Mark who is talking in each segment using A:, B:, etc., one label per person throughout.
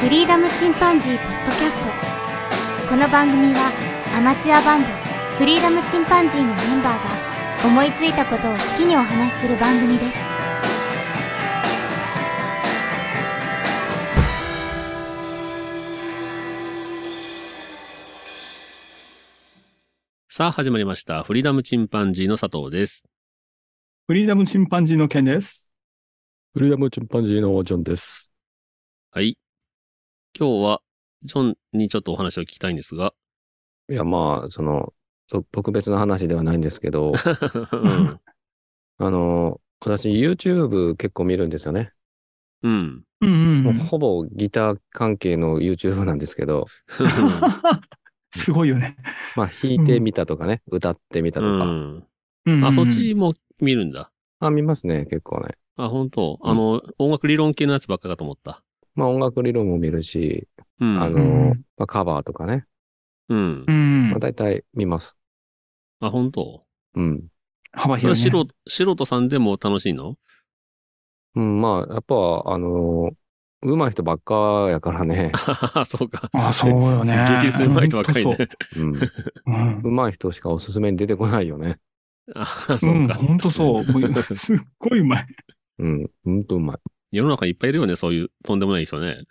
A: フリーダムチンパンジー」ポッドキャストこの番組はアマチュアバンドフリーダムチンパンジーのメンバーが思いついたことを好きにお話しする番組です
B: さあ、始まりました。フリーダムチンパンジーの佐藤です。
C: フリーダムチンパンジーの件です。
D: フリーダムチンパンジーのジョンです。
B: はい。今日は、ジョンにちょっとお話を聞きたいんですが、
D: いや、まあ、その、と特別な話ではないんですけ ど、
B: うん。
D: あの、私、YouTube 結構見るんですよね。
B: うん。
C: うんうんう、
D: もうんほぼギター関係の YouTube なんですけど、
C: すごいよね。
D: まあ、弾いてみたとかね、歌ってみたと
B: う
D: か。
B: ん
C: うんうんうん
B: あ、そっちも見るんだ。
D: あ、見ますね、結構ね。
B: あ、本当
D: うん
B: あの、音楽理論系のやつばっかかと思った。
D: まあ、音楽理論も見るし、
B: うん。
D: あ
C: う
D: の
C: ん、
D: まあ、カバーとかね。
B: うん
C: う。ん
D: まあ、、大体見ます。
B: あ、本当
D: うん。
C: 幅
B: それは
C: 広い、ね。
B: 素人、素人さんでも楽しいの
D: うん、まあ、やっぱ、あの、上手い人ばっかやから ね。
B: あそうか。。
C: あ、そうよね
B: 激烈に上手い人ばっかりね。
D: うん。
C: 本
D: 上手い人しかおすすめに出てこないよね。
B: あ、
C: 当そう。、
B: そううんか。
C: 本当 そう。もうすっごいうまい。
D: うん。ほんとうまい。
B: 世の中にいっぱいいるよね、そういうとんでもない人ね。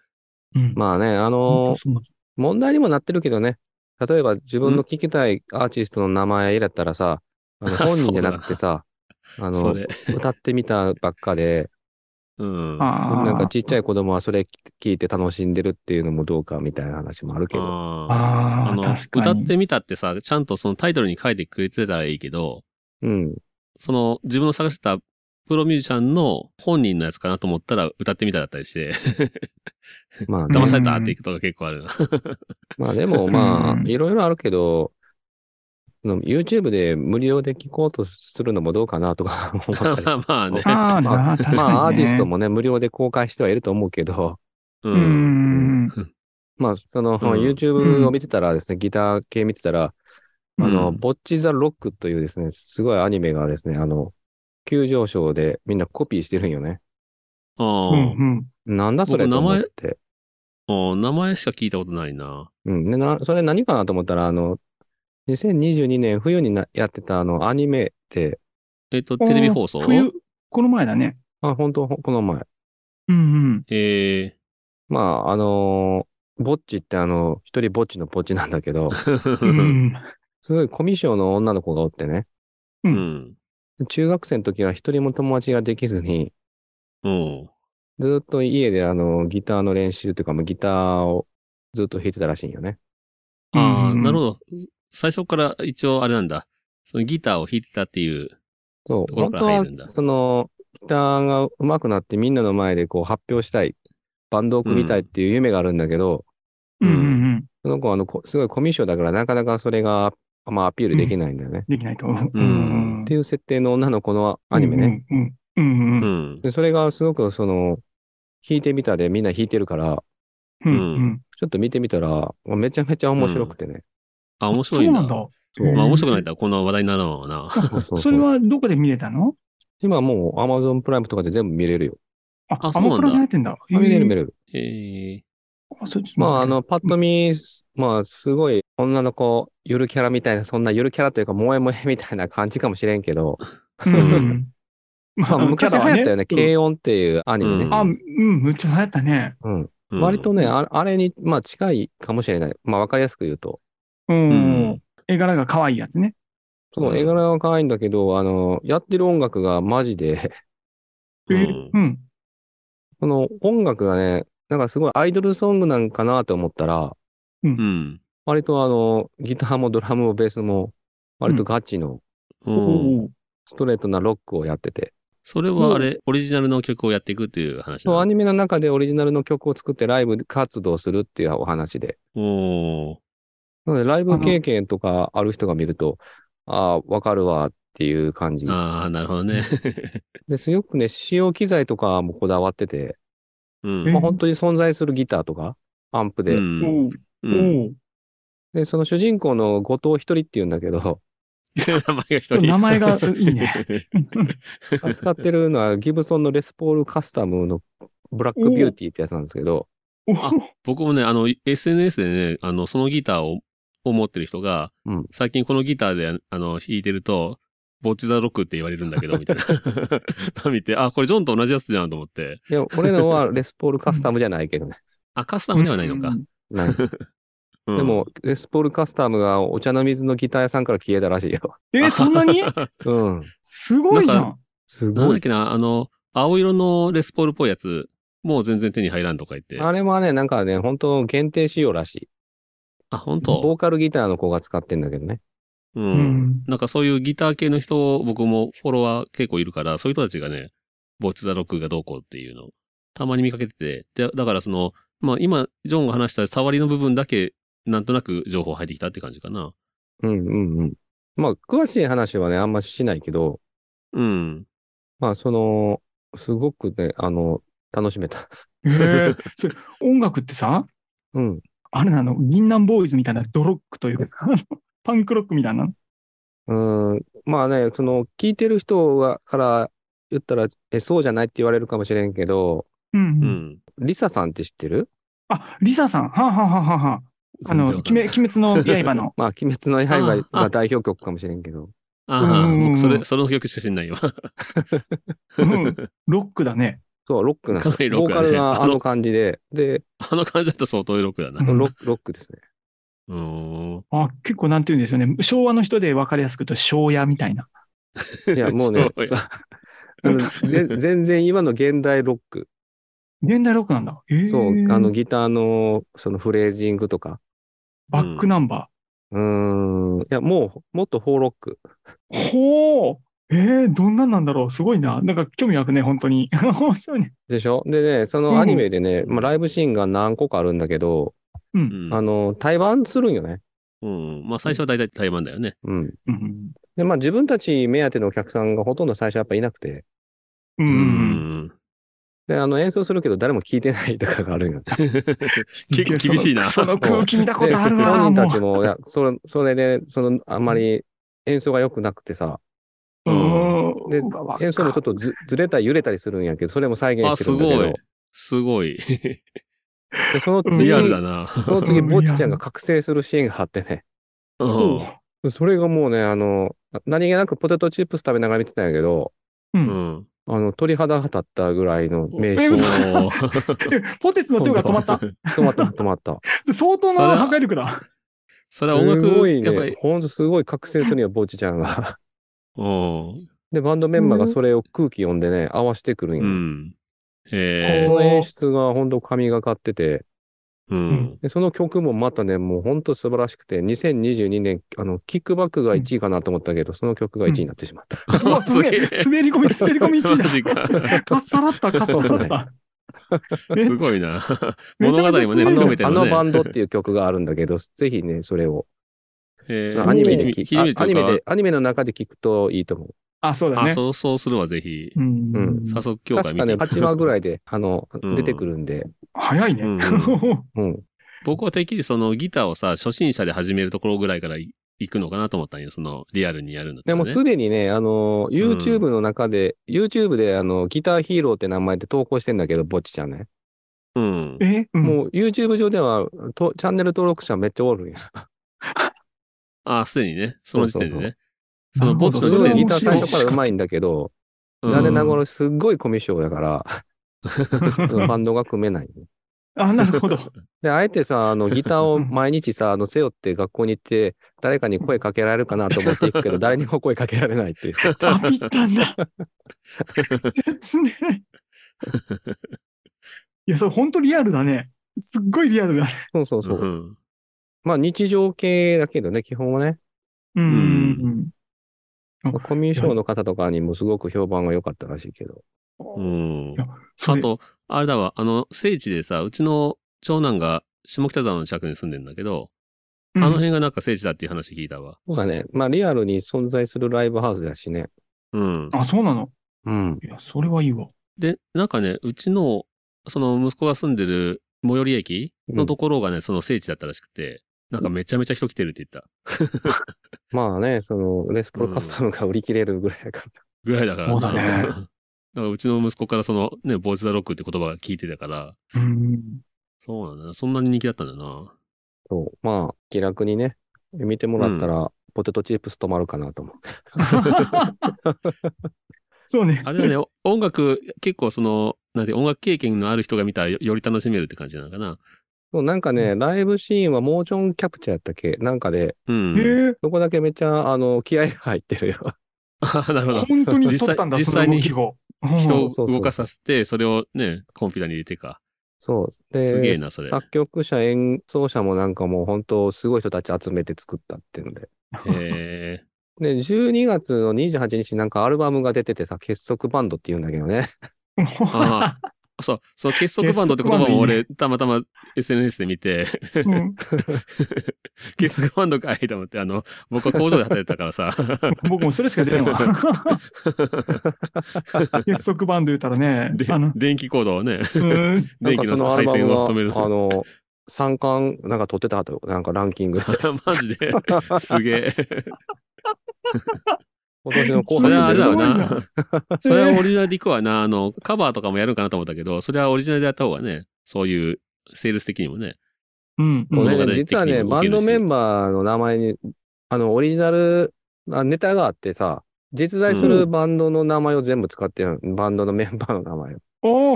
C: うん、
D: まあね、
C: ほ
D: あ
C: ん
D: の
C: とそう
D: 問題にもなってるけどね。例えば自分の聞きたいアーティストの名前入れたらさ、あの本人じゃなくてさ、あ
B: そ
D: の、
B: れ。
D: 歌ってみたばっかで、
B: うん。
C: あー
D: なんかちっちゃい子供はそれ聞いて楽しんでるっていうのもどうかみたいな話もあるけど。
B: あー
C: あ
B: あ
C: あ
B: の、
C: 確か
B: 歌
C: に。
B: ってみたってさ、ちゃんとそのタイトルに書いてくれてたらいいけど、
D: うん。
B: その自分の探してたプロミュージシャンの本人のやつかなと思ったら歌ってみただったりして、
D: まあね、
B: 騙されたっていうことが結構ある な。
D: まあでもま
C: うん
D: あ、いろいろあるけど、その YouTube で無料で聞こうとするのもどうかなとか 思ったりし
B: ま
D: ま
B: あまあね。
C: あ あ、なあ、確かに、ね。
D: あアーティスト。もね、無料で公開してはいると思うけど、
B: う。
C: うんん。
D: まあ、そ
B: う
D: の、
B: ん
D: YouTube を見てたらですね、ギター系見てたら、あの、
B: うん
D: ボッチザ・ロックというですね、すごいアニメがですね、あの、急上昇でみんなコピーしてるんよね。
B: あ
C: う
B: ー
C: ん
D: なんだそれ
B: 僕
D: と
B: 名
D: 思
B: 前
D: って。
B: あー名前しか聞いたことないな。
D: うん。で、な、それ何かなと思ったら、あの、2022年冬になやってたあの、アニメって、
B: えっと、
C: うん。
B: テレビ放送
C: あー冬、この前だね。
D: あ、本当この前。
C: うん
B: え
D: まあ、あのーぼっちってあの、一人ぼっちのぼっちなんだ けど、
C: うん。う
B: ー。
C: ん
D: すごいコミュ障の女の子がおってね、
B: う
C: うん
B: ん。
D: 中学生の時は一人も友達ができずに、
B: うん。
D: ずーっと家であのギターの練習というか、まあギターをずっと弾いてたらしいんよね。
B: ああ、なるほ
C: ど。
B: ど。最初から一応あれなんだ。そのギターを弾いてたっていう。
D: そう、
B: ところ
D: 本
B: から
D: 当
B: 入
D: は
B: るんだ
D: そのギターが上手くなってみんなの前でこう発表したい、バンドを組みたいっていう夢があるんだけど、
C: うんうんうん。
D: その子はあのこすごいコミュ障だからなかなかそれが、まあ、アピールできないんだよね。
C: できないと。うんん
D: っていう設定の女の子のアニメね。。
C: うんうん
B: う
C: うん。
B: ん。
D: でそれがすごくその弾いてみたでみんな弾いてるから、
C: うん
B: う
C: うん。
D: ちょっと見てみたらめちゃめちゃ面白くてね。
B: あ、面白いんだ。
C: そうなんだ。
D: そう
B: まあ面白くないとこんな話題にならんわな。
D: そうそうそう
C: それはどこで見れたの
D: 今もう Amazon プライムとかで全部見れるよ。
C: あ、
B: あ
C: アマ
B: そうなん
C: プラ
B: だ
C: に入ってんだ。
D: あ見れる
C: る。
D: 見れる。
B: ええ
D: まあ、あの、パッと見、まあ、すごい、女の子、ゆるキャラみたいな、そんなゆるキャラというか、萌え萌えみたいな感じかもしれんけど、
C: うん
B: う
C: ま
D: まあ、昔流行ったよね、
C: うん
D: 軽音っていうアニメ
B: うん
D: ね。
C: あ、うん、むっちゃ流行ったね。
D: うん。
B: うん
D: 割とね、ああれに、まあ、近いかもしれない。まあ、わかりやすく言うと。
C: う
B: うん
C: ん。絵柄が可愛いやつね。
D: その絵柄は可愛いんだけど、あの、やってる音楽がマジで、
B: うん
C: えうん。
D: この音楽がね、なんかすごいアイドルソングなんかなと思ったら、
B: うん。
D: 割とあの、ギターもドラムもベースも、割とガチの
B: うん。
C: おー
D: ストレートなロックをやってて、
B: それはあれ、オリジナルの曲をやっていくっていう話
D: そう、
B: な
D: ア
B: の
D: ニメの中でオリジナルの曲を作ってライブ活動するっていうお話で。
B: おー
D: なので、ライ
C: あ
D: ブ
C: の
D: 経験とかある人が見ると、ああ、わかるわっていう感じ。
B: ああ、なるほどね。
D: ですごくね、使用機材とかもこだわってて、
B: うん。
D: まあ、本当に存在するギターとか、アンプで。
B: うん。
C: おー
B: う
C: お
B: ん。
C: ー
D: で、その主人公の後藤一人っていうんだ けど、
B: 名前が一
C: ちょっと
B: 人。
C: 名前がい いね。
D: 使ってるのはギブソンのレスポールカスタムのブラックビューティーってやつなんですけど、
C: お
B: あ僕もね、あの、SNS でね、あの、そのギターを、を持ってる人が、
D: うん
B: 最近このギターで、あの、弾いてると、ボッチザロックって言われるんだけど、みたい な。見て、あ、これジョンと同じやつじゃんと思って。
D: でも俺 のはレスポールカスタムじゃないけどね。
B: あ、カスタムではないのか。
D: ない
B: うん
D: で、も、レスポールカスタムがお茶の水のギター屋さんから消えたらしいよ。
C: えーそんなに
D: うん。
C: すごいじゃん。
D: す
B: なん
D: ご
B: だっ
D: い。
B: けな、あの、青色のレスポールっぽいやつ、もう全然手に入らんとか言って。
D: あ
B: あ、
D: れもね、なんかね、本当限定仕様らしい。
B: 本当
D: ボーカルギターの子が使ってんだけどね。
B: う。
C: うんん。
B: なんかそういうギター系の人を、僕もフォロワー結構いるから、そういう人たちがね、ボッチザロックがどうこうっていうのをたまに見かけてて、で、だからその、まあ今、ジョンが話した触りの部分だけ、なんとなく情報入ってきたって感じかな。
D: うんうんうん。まあ、詳しい話はね、あんましないけど、
B: うん。
D: まあ、その、すごくね、あの、楽しめた。
C: へえ。それ音楽ってさ、
D: うん。
C: あれなの、銀杏ボーイズみたいなドロックというか、 あのパンクロックみたいなの。
D: うん。まあね、その、聞いてる人がから言ったら、え、そうじゃないって言われるかもしれんけど、
C: うんう。
B: うんん。
D: リサさんって知ってる。
C: あ、リサさん。はあはあはあはあはあ。あの、
B: 全
C: 鬼
B: 然わかんない
C: 滅鬼滅の刃の
D: まあ、鬼滅の刃
B: あ
D: が
B: あ
D: 代表曲かもしれんけど。
B: あ
C: う
B: あ、
C: ん
B: 僕それ、その曲しか知んないわ。
C: うん。ロックだね。
D: そう、ロックなんです
B: かなりロッ
D: ボ
B: ク
D: ー
B: だ
D: カ
B: ね
D: ルがあの感じで、で、
B: あの感じだったら相当ロックだな。
C: うん
D: ロックロックですね。
B: うーん。、
C: あ、結構なんて言うんでしょうね。昭和の人で分かりやすく言うと、昭夜みたいな。
D: いや、もうね
B: そう
D: そう あのぜ全然今の現代ロック。
C: 現代ロックなんだ。へえ。
D: そう、あのギターのそのフレージングとか。
C: バックナンバ
D: うーん。いや、もう、もっとフォーロック。
C: ー。ほうえー、どんなんなんだろうすごいな。なんか興味湧くね、本当に。 面白いね。
D: でしょでね、そ
C: うん
D: のアニメでね、まあ、ライブシーンが何個かあるんだけど、
C: う。
B: うんん
D: あの、対バンするんよね。
B: うん。まあ最初は大体台湾だよね。
D: うん。
C: うん。
D: で、まあ自分たち目当てのお客さんがほとんど最初やっぱいなくて、
C: うん。
B: う
C: うん、
B: ん。
D: で、あの演奏するけど誰も聞いてないとかがあるんよ。
B: 結構 厳しいな。
C: その空気見たことある
D: で
C: わ。
D: 本人た
C: も
D: ち
C: う
D: も、いや、それ、それで、その、あんまり演奏が良くなくてさ、
C: うん。
D: で
C: うわ
D: 演奏もちょっとずずれたり揺れたりするんやけど、それも再現
B: あ、
D: して
B: す
D: るんだけ
B: ご
D: ど
B: い、。すごい。
D: でその次、
B: リアルだな。
D: その次、
C: うん
D: ぼっちちゃんが覚醒するシーンがあってね、
B: うん。
D: それがもうね、あの、何気なくポテトチップス食べながら見てたんやけど、
C: う。
B: うんん。
D: あの、鳥肌が立ったぐらいの名
C: え
D: 刺
C: 嘘
D: 止
B: おー
C: えポテチの手が止まった。
D: まった、止まった。
C: 相当な破壊力 だ。
B: そ れは音
D: す
B: 楽、
D: ごい
B: やっぱり
D: ね、、ほんとすごい覚醒するんや、ぼっちちゃんが。
B: うん
D: で、バンドメンバーがそれを空気読んでね、合わしてくるん
B: う
D: や。
B: ん。え
D: その演出が本当神がかってて、
B: ー、うん。
D: で、その曲もまたね、もう本当素晴らしくて、2022年、あの、キックバックが1位かなと思ったけど、その曲が1位になってし まった。
C: うわ すげえ。滑り込み、滑り込み一位だ
B: マ。ジか。
C: かっさらった、かっさらった。
B: すごいな。
C: めち
B: 物
C: ゃめちゃ
B: 語もね、
C: すごい
B: 含めて
D: あの
B: のね。
D: バンドっていう曲があるんだけど、ぜひね、それを、
B: え
D: そ
B: ー
D: のアニメで
B: 聞
D: 聞
B: いてみる
D: あアニメ
B: と
D: で、アニメの中で聞くといいと思う。
C: あ、そう
B: か。
C: だ
B: あ、
C: ね。
B: そう、そうするわ、ぜひ。
C: うん
D: う
B: 早速今日から
D: 確
B: 見て
D: か
B: み
D: ね、
B: る
D: 8話ぐらいで、あの、
B: うん
D: 出てくるんで、
C: 早いね。
B: うん
D: うん。
B: 僕はてっきりそのギターをさ、初心者で始めるところぐらいからい行くのかなと思ったんよ。その、リアルにやるんだった
D: で
B: らね
D: もすでにね、あの、YouTube の中で、YouTube で、あの、ギターヒーローって名前で投稿してんだけど、ぼっちちゃんね。
B: うん。
C: え、も
D: もう YouTube 上では、とチャンネル登録者めっちゃおるんや。
B: あ、すでにね。その時点でね。そ
C: そうそうそう
B: の、ぼっち
C: そ
B: の
C: れ
D: す
B: 時
D: ご
B: 点
D: い
B: で
C: 面
D: ギター
C: 白
D: 最
C: い
D: 初から上手いんだけど、
B: うん
D: 誰ながらすっごいコミュ障だから、
C: う、
D: バンドが組めない。
C: あ、なるほど。
D: で、あえてさ、あの、ギターを毎日さ、あの、背負って学校に行って、誰かに声かけられるかなと思って行くけど、誰にも声かけられないっていう。
C: あ、ぴったんだ。切ない。いや、それ本当リアルだね。すっごいリアルだね。
D: そうそうそうう。
B: ん。
D: まあ、日常系だけどね、基本はね。
C: うんん。
D: コミュ障の方とかにもすごく評判が良かったらしいけど。
B: うん。
C: そ
B: あ
C: れ、
B: と、あれだわ、あの、聖地でさ、うちの長男が下北沢の近くに住んでんだけど、
C: うん
B: あの辺がなんか聖地だっていう話聞いたわ。
D: そうだね。まあ、リアルに存在するライブハウスだしね。
B: うん。
C: あ、そうなの。
D: うん。
C: いや、それはいいわ。
B: で、なんかね、うちの、その息子が住んでる最寄り駅のところがね、その聖地だったらしくて、なんかめちゃめちゃ人来てるって言った。
D: まあね、その、レスポールカスタムが売り切れるぐらいだから。
B: ぐらいだから。
C: そうだ ね
B: なんかうちの息子からそのね、ボーチザロックって言葉が聞いてたから、
C: うん。
B: そうなんだな。そんなに人気だったんだな。
D: そう。まあ、気楽にね、見てもらったら、ポテトチップス止まるかなと思う。
C: そうね。
B: あれだね、お音楽、結構その、なんて、音楽経験のある人が見たらよより楽しめるって感じなのかな。
D: そうなんかね、ライブシーンはモーションキャプチャーやったっけなんかで、
B: うん。
C: へえ、
D: そこだけめっちゃ、あの、気合が入ってるよ。
B: あ なるほど。
C: 本当に撮ったんだ、
B: 実際
C: その動きを。
B: 人
C: うん
B: を動かさせて、それをね、コンピューターに入れてか。
D: そう。で、
B: すげえなそれ
D: 作曲者、演奏者もなんかもう本当すごい人たち集めて作ったっていうので。
B: へえ。
D: で、12月の28日になんかアルバムが出ててさ、結束バンドって言うんだけど ね。
B: ああ。そう、その結束バンドって言葉も俺、たまたま SNS で見て、
C: うん
B: 結束バンドかいと思って、あの、僕は工場で働いてたからさ。
C: 僕もそれしか出ない わ。結束バンド言ったらね、
B: で
C: あの、
B: 電気コードをね、
C: うん
D: なん
B: 電
D: か
B: 気
D: その
B: の
D: アル
B: 配線
D: バム
B: を
D: が、
B: 止める。
D: あの、3巻なんか撮ってたと、なんかランキ ング。
B: マジで、すげえ。
D: 今年の後
B: それはあれ
D: 半で
B: だよ
C: す
D: 出る
C: ごい
B: な
C: な。
B: それはオリジナルでいくわな。あの、カバーとかもやるんかなと思ったけど、それはオリジナルでやった方がね、そういう、セールス的にもね。
C: うん、
D: そう
B: 物語
D: ね
B: 的にも
D: 実はね、
B: 動
D: バ
B: け
D: ン
B: るし
D: ドメンバーの名前に、あの、オリジナルあネタがあってさ、実在するバンドの名前を全部使ってる、バンドのメンバーの名前を。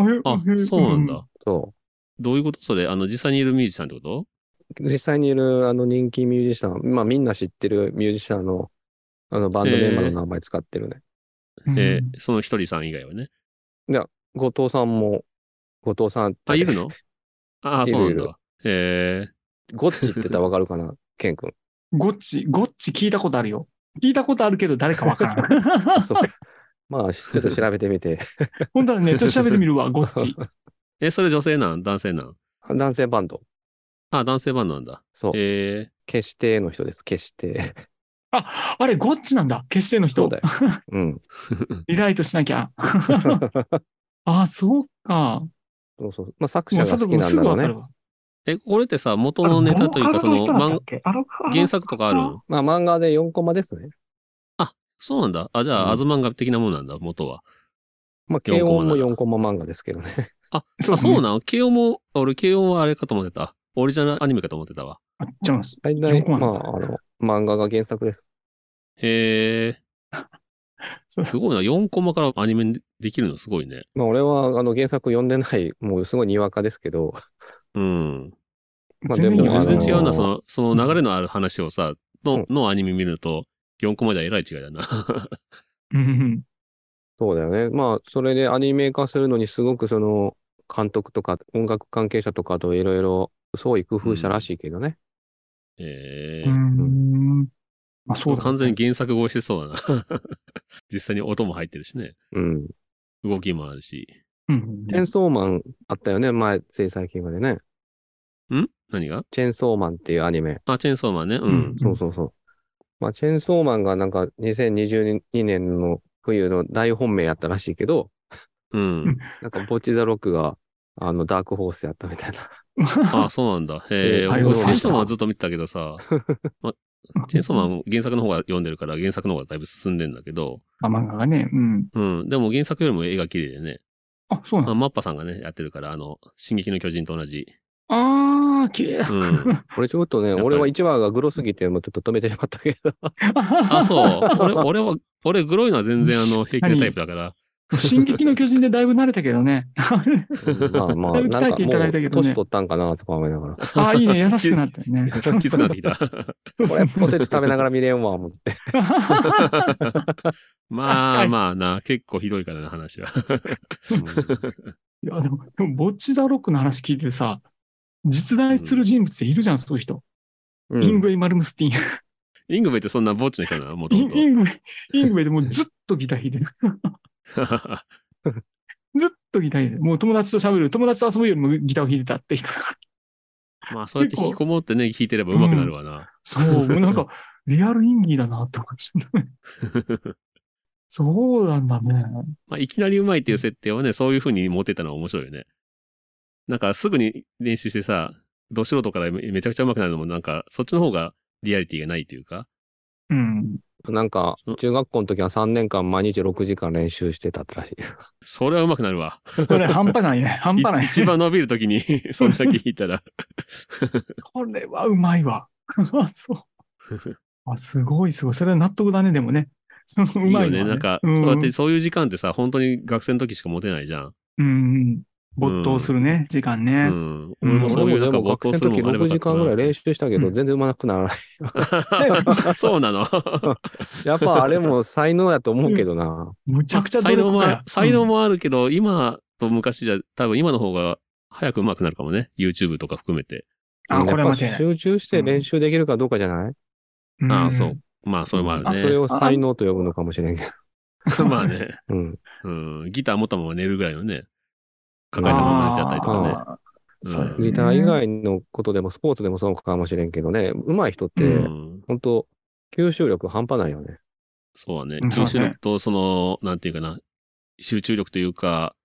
C: あへ
B: あ
C: へ、
B: そうなんだ。
D: そ
B: どういうことそれ、あの、実際にいるミュージシャンってこと
D: う。実際にいるあの人気ミュージシャン、まあみんな知ってるミュージシャンの、あのバンドメンバーの名前使ってるね。
C: うん
B: えーその一人さん以外はね。
D: 後藤さんも、後藤さんって
B: あ、いるのああ、
D: いる
B: そうなん
D: いる
B: だ。へえ。
D: ゴッチって言ったらわかる かなケン君。
C: ゴッチ、ゴッチ聞いたことあるよ。聞いたことあるけど誰かわから
D: あ
C: ん。
D: そう か。まあ、ちょっと調べてみて。
C: 本当だね、ちょっと調べてみるわ、ゴッチ。
B: え、それ女性なん男性なん
D: 男性バンド。
B: あ、男性版なんだ。
D: そう。
B: え
D: 決しての人です。決して。
C: あ、あれ、ゴッチなんだ。決しての
D: そ
C: 人
D: うだ。よ。うん。
C: リライトしな きゃ。あ、そうか。
D: そうそう。まあ、作
C: も
D: 者
C: う
D: が
C: 佐藤
D: 好き
C: 君
D: なん
C: す
D: だ
C: ぐ
D: ろ
C: わ
D: う
C: か
D: ね
C: る。わ。
B: え、これってさ、元のネタというか、その、漫画原
C: 原
B: 作とかあるの
D: まあ、漫画で4コマですね。
B: そうなんだ。あ、じゃあ、
D: うん
B: アズ漫画的なもんなんだ、元は。
D: まあ、
B: 4
D: 軽
B: コマ
D: 音
B: な
D: も
B: んだ
D: 4コマ漫画ですけどね。
B: あ、そう
C: の
B: なの慶応も、俺、慶応はあれかと思ってた。オリジナルアニメかと思ってたわ。
C: あちゃうんです。
D: 大体、
C: 4コマ
D: ま
C: なんだ
D: あ、あの、漫画が原作です。
B: へ
C: そう
B: え。すごいな。4コマからアニメにできるのすごいね。
D: まあ、俺は、あの、原作読んでない、もうすごいにわかですけど、
B: うん。
D: まあ
C: 全然
D: でも
C: いいよ
B: 全然違う
D: あの
B: な。
D: ー
B: その、その流れのある話をさ、の、のアニメ見ると、4コマじゃえらい違いだな。
C: うんうん
D: そうだよね。まあ、それでアニメ化するのにすごくその、監督とか音楽関係者とかといろいろ創意工夫したらしいけどね。
B: え
C: う
B: え。
C: ん。うーんまあ、そうだ、
B: 完全に。原作超えしてそうだな。 実際に音も入ってるしね。
D: うん。
B: 動きもあるし。
C: うん
D: チェンソーマンあったよね。前、つい最近までね。
B: 何が
D: チェンソーマンっていうアニメ。
B: あ、チェーンソーマンね。う
C: うんん。
D: そうそうそう。まあ、チェンソーマンがなんか2022年の冬の大本命やったらしいけど、
B: うん。
D: なんかボッチザロックが、あの、ダークホースやったみたいな。
B: あ、そうなんだ。へえ。
D: えー
B: 俺
D: はい
B: チェーンソーマンはずっと見てたけどさ、チェーンソーマ
C: ン。
B: ン原作の方が読んでるから、原作の方がだいぶ進んでんだけど、
C: あ、漫画がね。うん。
B: うん。でも原作よりも絵が綺麗でね。
C: あ、そうな
B: まあ、
C: の
B: マッパさんがね、やってるから、あの、進撃の巨人と同じ。
C: あー、綺麗。
B: うん。
D: 俺ちょっとね、
B: っぱり
D: 俺は1話がグロすぎて、もうちょっと止めてしまった けど。
B: あ、そう。俺、俺は、俺、グロいのは全然あの、平気なタイプだから。
C: 進撃の巨人でだいぶ慣れたけ どね。
D: まあま
C: だ
D: あ、
C: いぶ
D: なん
C: 鍛え
D: か
C: ていただいたけ
D: も
C: ど
D: う
C: ね
D: 年取ったんかなとか思いながら。
C: ああ、いいね。優しくなった よね。
B: きつくな ってきた。
C: そう
D: こ
C: そ
D: れ
C: う
D: ポ
C: そう
D: テチ食べながら見れんわ、思って。
B: ま
C: 確か
B: あ
C: に
B: まあな、結構ひどいからな、話は。
C: いや、でも、でもボッチ・ザ・ロックの話聞いてさ、実在する人物っているじゃん、そういう人。
D: うん
C: イングウェイ・マルムスティン。
B: イングベってそんなぼっちの人なのもと
C: イ
B: も
C: ンイングウェイ、イングウェイでもうずっとギター弾いてる。
B: と。
C: ずっとギター弾いてる。もう友達と喋る、友達と遊ぶよりもギターを弾いてたって人だか ら。
B: まあそうやって引きこもってね、弾いてれば上手くなるわな。
C: そう、もうなんか、リアル演技だなって思って。 そうなんだね。
B: まあいきなり上手いっていう設定をね、そういう風に持ってたのは面白いよね。なんかすぐに練習してさ、ど素人からめめちゃくちゃ上手くなるのもなんか、そっちの方がリアリティがないというか、
C: うん。
D: なんか、中学校の時は3年間毎日6時間練習してたらしい。
B: それはうまくなるわ。
C: それ半端ないね。半端ない。
B: い一番伸びるときに、 そんだけ弾いたら。
C: これはうまいわ。 あ そう。あ、すごいすごい。それは納得だね、でもね。そのう
B: いい
C: ま
B: よ
C: いのは
B: ね。なんか、
C: うん
B: そうやって、そういう時間ってさ、本当に学生の時しか持てないじゃん。
C: うんうん。没頭するね、時間
B: う
C: ね。
B: ん。
C: うん
B: 俺もそういう、なん
D: で
B: か、
D: も
B: 没頭
D: 学生
B: する
D: の
B: の
D: 時
B: もあれば
D: 6時間ぐらい練習したけ
C: う
D: ど、
C: ん
D: 全然うまくならない。
B: そうなの。
D: やっぱあれも才能やと思うけどな。
C: むちゃくちゃ努
B: 才
C: 力
B: 能も
C: 家
B: あ
C: や
B: る、才能もあるけど、今と昔じゃ、多分今の方が早く上手くなるかもね。YouTube とか含めて。
C: うんあ、これは間違い
D: やっぱ
C: ない。
D: 集中して練習できるかどうかじゃない、
C: うん
B: ああ、そう。。まあ、それもある
C: あ
D: それ
B: ね。
D: を才能と呼ぶのかもしれんけ ど。
B: まあね。
D: うん。
B: うん。ギター持ったまま寝るぐらいのね。抱えたまま寝ちゃったりとかね。
C: あー
B: うん
C: そうよね
D: ギター以外のことでもスポーツでもそうかもしれんけどね、上手い人っ
C: う
D: て、
B: うん。
D: 本当吸収力半端ないよね。
B: そうだね
C: うん。
B: 吸収力と、その、なんていうかな、集中力というか、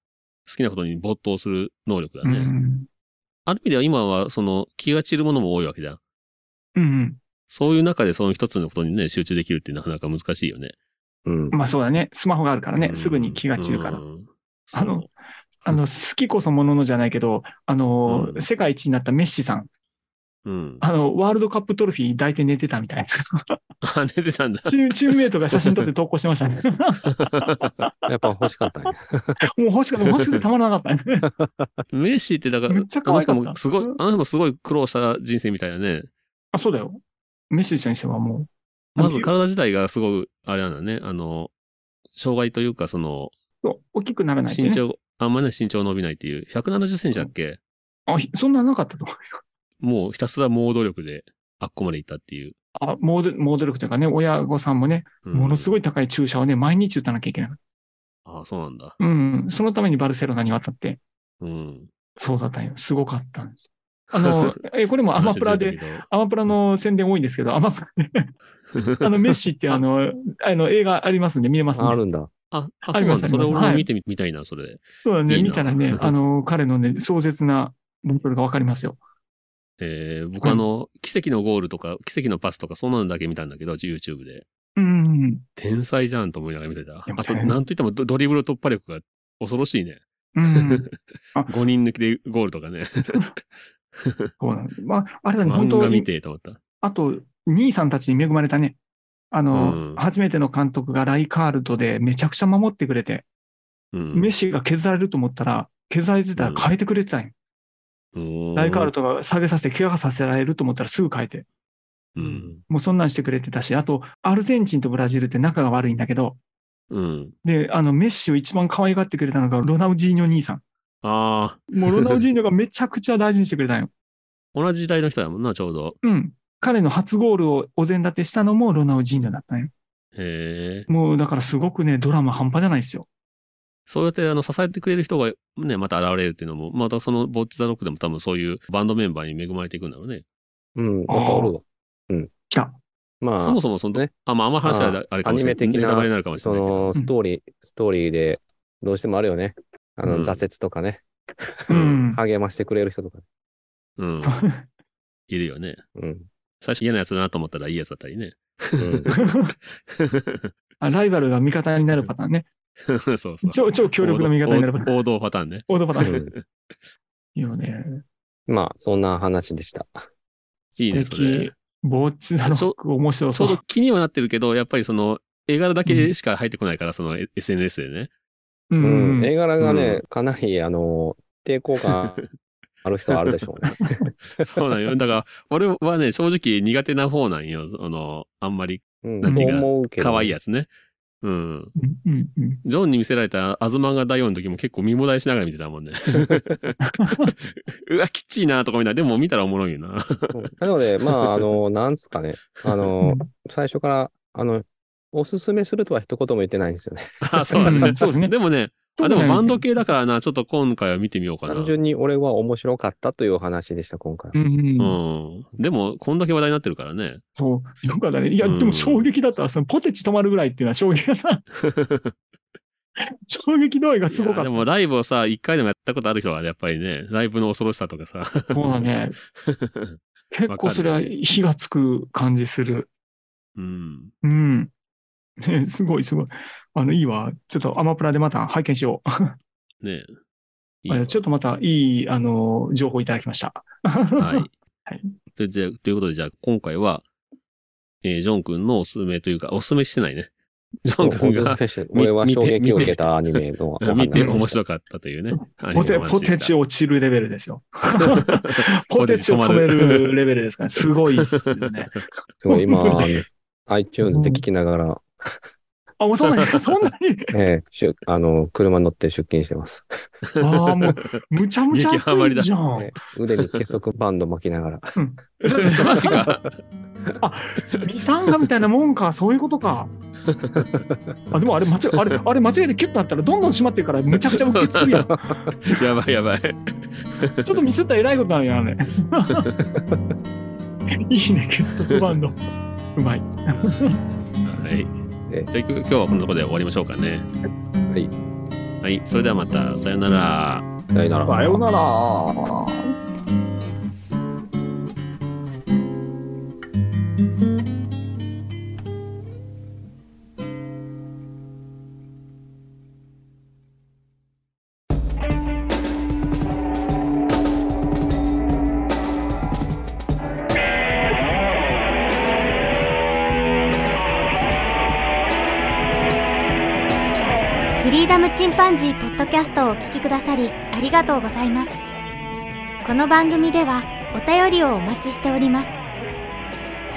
B: 好きなことに没頭する能力だ
C: うん
B: ね。ある意味では今は、その、気が散るものも多いわけじゃん。
C: うん
B: そういう中で、その一つのことにね、集中できるってなかなか難しいよね。
D: うん
C: うん。。まあそうだね。スマホがあるから
B: う
C: ね。
B: ん
C: すぐに気が散るから
B: う。ん
C: あの、あの、好きこそもののじゃないけど、あの
B: う、ん
C: 世界一になったメッシさん。
B: そううん。
C: あの、ワールドカップトロフィー抱いて寝てたみたいな。
B: あ、寝てたんだ。
C: チームチームメイトが写真撮って投稿してま したね。
D: やっぱ欲しかったね。
C: もう欲しくて、欲しくてたまらなかった ね。
B: メッシって、だから、
C: めっちゃ
B: あ
C: 可
B: の
C: 愛か
B: 人
C: った
B: もすごい、あの人もすごい苦労した人生みたいなね。
C: あ、そうだよ。メッシ先生はもう。
B: まず体自体がすごい、あれなんだね。あの、障害というか、その、
C: そう大きくならないってね
B: 身長、あんまりね、身長伸びないっていう、170センチだっけ
C: あ、ひそんななかったと。
B: もうひたすら猛努力で、あっこまで行ったっていう。
C: あ、モード、モード力というかね、親御さんもね、ものすご
B: い。
C: い高い注射をね、毎日打たなきゃいけない。
B: ああ、そうなんだ。
C: うん。そのためにバルセロナに渡って、
B: うん。
C: そうだったんよ。すごかった んです。あの、え、これもアマプラで、
B: 話ずれた
C: アマプラの宣伝多いんですけど、アマプラで、
B: け ど。
C: あの、メッシってあの、あの、映画ありますんで、見えますん
D: あ
C: で。
D: るんだ。
B: あ、あ、
C: あ
B: そ
C: り
B: うな
C: ま
B: ん
C: す
B: だ。それ
C: あります
B: 俺も見てみみたいな、それ。
C: そうだね、
B: いいな
C: 見たら ね、あの、彼のね、壮絶なバトルがわかりますよ。
B: えー、
C: う
B: 僕
C: ん
B: あの、奇跡のゴールとか、奇跡のパスとか、そんなのだけ見たんだけど、YouTube で。
C: うん。
B: 天才じゃんと思いながら見てた
C: で。も
B: あと、
C: 大変です
B: なんといってもドドリブル突破力が恐ろしいね。
C: うん。
B: 5人抜きでゴールとかね。
C: そうなの。まあ、あれだね、 本
B: 漫
C: 当
B: 画見
C: に、
B: てと思った。
C: あと、兄さんたちに恵まれたね。あの、
B: うん
C: 初めての監督がライカールドでめちゃくちゃ守ってくれて、
B: うん。
C: メッシが削られると思ったら、削られてたら変えてくれてたんよ。ライカールドが下げさせて、怪我させられると思ったらすぐ変えて。
B: うん。
C: もうそんなんしてくれてたし、あと、アルゼンチンとブラジルって仲が悪いんだけど、
B: うん。
C: で、あの、メッシを一番可愛がってくれたのがロナウジーニョ兄さん。
B: ああ、
C: もうロナウジーニョがめちゃくちゃ大事にしてくれたんよ。
B: 同じ時代の人だもんな、ちょうど。
C: うん。彼の初ゴールをお膳立てしたのもロナウジーニョだったんよ。
B: へえ。
C: もうだからすごくね、ドラマ半端じゃないですよ。
B: そうやってあの支えてくれる人がね、また現れるっていうのも、またそのボッチザロックでも多分そういうバンドメンバーに恵まれていくんだろうね。
D: うん。なんかおるわ。
C: 来た。
D: まあ、
B: そもそもその、
D: ね
B: あ、まああんま話はあれかもしれない。
D: アニメ的な
B: ネタバレになるかもしれ
D: そ
B: ないけど。
D: のストーリー、ストーリーでどうしてもあるよね。あの、
B: うん
D: 挫折とかね、
C: うん。
D: 励ましてくれる人とか。
B: うん
C: そ。う
B: いるよね。
D: うん。
B: 最初嫌なやつだなと思ったらいいやつだったりね。
C: あライバルが味方になるパターンね。
B: そうそう。
C: 超、超強力な味方になるパターン。
B: 王道王道パターンね。
C: オードパタ
D: う
C: ーン。い
D: ん
C: いよね。
D: まあ、そんな話でした。
B: いいね、
C: 素
B: そ
C: 敵
B: れ。
C: ボッチザロック面白
B: ちょ
C: そう
B: ど
C: う。
B: 気にはなってるけど、やっぱりその、絵柄だけしか入ってこないから、その SNS でね。
C: う
D: うん。
C: ん。
D: 絵柄がね、
B: う
D: かなり、あの、抵抗感ある人はあるでしょ うね。
B: そうなんよ。だから、俺はね、正直苦手な方なんよ。あの、あんまり
D: うん。
B: なんていうか
D: 思うけど。
B: 可愛いやつね。うん。
C: うんうんうん
B: ジョンに見せられたアズマンガ第4の時も結構見もだえしながら見てたもん ね。 うわ、きっちいなとか見ながら、でも見たらおもろいよ な。
D: うんなので、まあ、あ の、なんつうかね、あの、最初から、あの、おすすめするとは一言も言ってないんですよね。
B: あ、そうだ
C: う
B: ね
C: ん。そうですね
B: でもね、あ、でもバンド系だからな、ちょっと今回は見てみようかな。
D: 単
B: う
D: 純に俺は面白かったというお話でした、今回は。
C: うんうん。
B: ん。でも、こんだけ話題になってるからね。
C: そう。よかったね。いや、
B: うん
C: でも衝撃だったわ。そのポテチ止まるぐらいっていうのは衝撃だった。 衝撃度合い がすごか
B: いや
C: っ
B: でもライブをさ、一回でもやったことある人は、やっぱりね、ライブの恐ろしさとか さ。
C: た。そうだね。結構それは火がつく感じする。
B: うん。
C: うん。ねすごいすごい。あの、いいわ。ちょっとアマプラでまた拝見しよう。
B: ねえ。
C: あちょっとまたいい、あの、情報いただきました。
B: はい。
C: はい
B: でじゃあということで、じゃあ今回は、えージョン君のおすすめというか、おすすめしてないね。ジョン君
D: お
B: が
D: すすめして俺は
B: 見て
D: 衝撃を受けたアニメのお話
B: 見て
C: わかんない
B: 面白かったというね
C: そう。
B: アニメ
C: ポテ、
B: の話
C: ポ
B: でした
C: テチ落ちるレベルですよ。ポテチを止めるレベルです から、すごいっすね。
D: すごい今、あの iTunes で聞きながら、
C: あ、もうそんなに、そんなに。
D: ええしゅあの、車乗って出勤してます。
C: ああ、もう、むちゃむちゃ熱いじゃん。
D: ええ腕に結束バンド巻きながら。
B: マジか。
C: ミサンガみたいなもんか、そういうことか。 あ、でもあれ間違え、あれ、あれ間違えてキュッとなったらどんどん閉まってるから、むちゃくちゃうっするやん。ちょ
B: やばいやばい。
C: っとミスったらえらいことなのよ、あれ。 いいね、結束バンド。うまい。
B: はい。
D: え
B: じゃあ今日はこのところで終わりましょうかね。
D: はい。
B: はい。それではまた、さよなら。
D: さよなら
C: さよなら。
A: フリーダムチンパンジーポッドキャストをお聞きくださりありがとうございますこの番組ではお便りをお待ちしております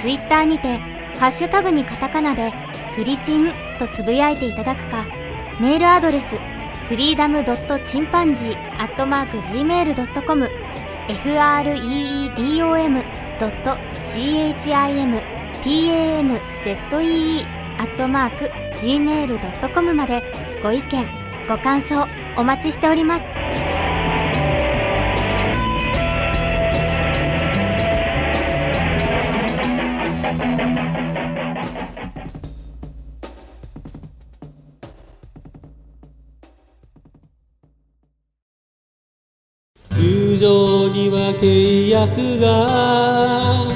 A: ツイッターにてハッシュタグにカタカナでフリチンとつぶやいていただくかメールアドレスフリーダムドットチンパンジーアットマーク gmail.com freedom ドット chimpanzee アットマーク gmail.com までご意見ご感想お待ちしております
E: 友情には契約が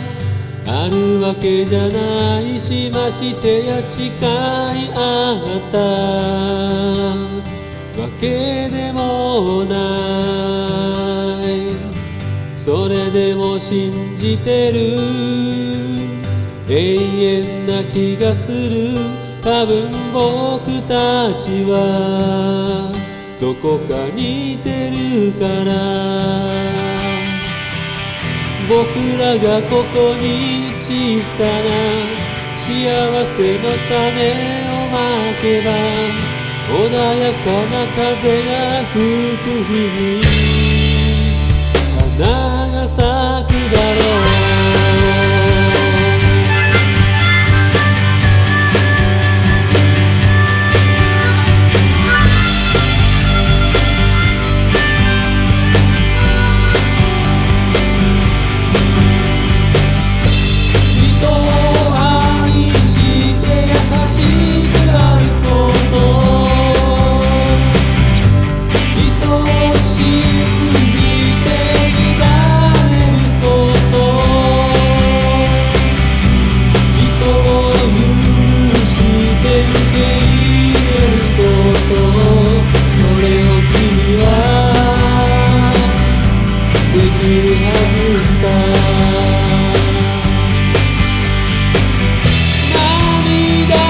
E: あるわけじゃないしましてや誓いあったわけでもないそれでも信じてる永遠な気がする多分僕たちはどこか似てるから僕らがここに小さな幸せの種をまけば穏やかな風が吹く日に花が咲くだろう人を愛して優しくあること人を信じていられること人を許して受け入れることそれを君はできるはずさ涙雨が降る時も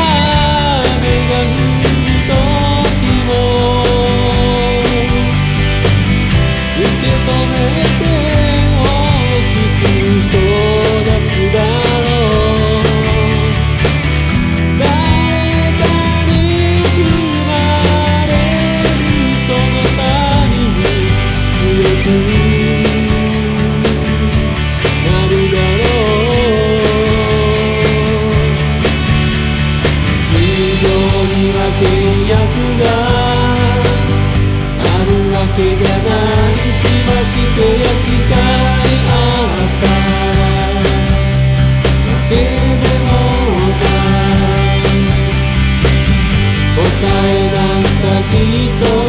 E: 受け止めて大きく育つだろう誰かに生まれるそのために強くなるだろう友情には契約があるわけじゃないしましてや誓いあったわけでもない答えなんかきっと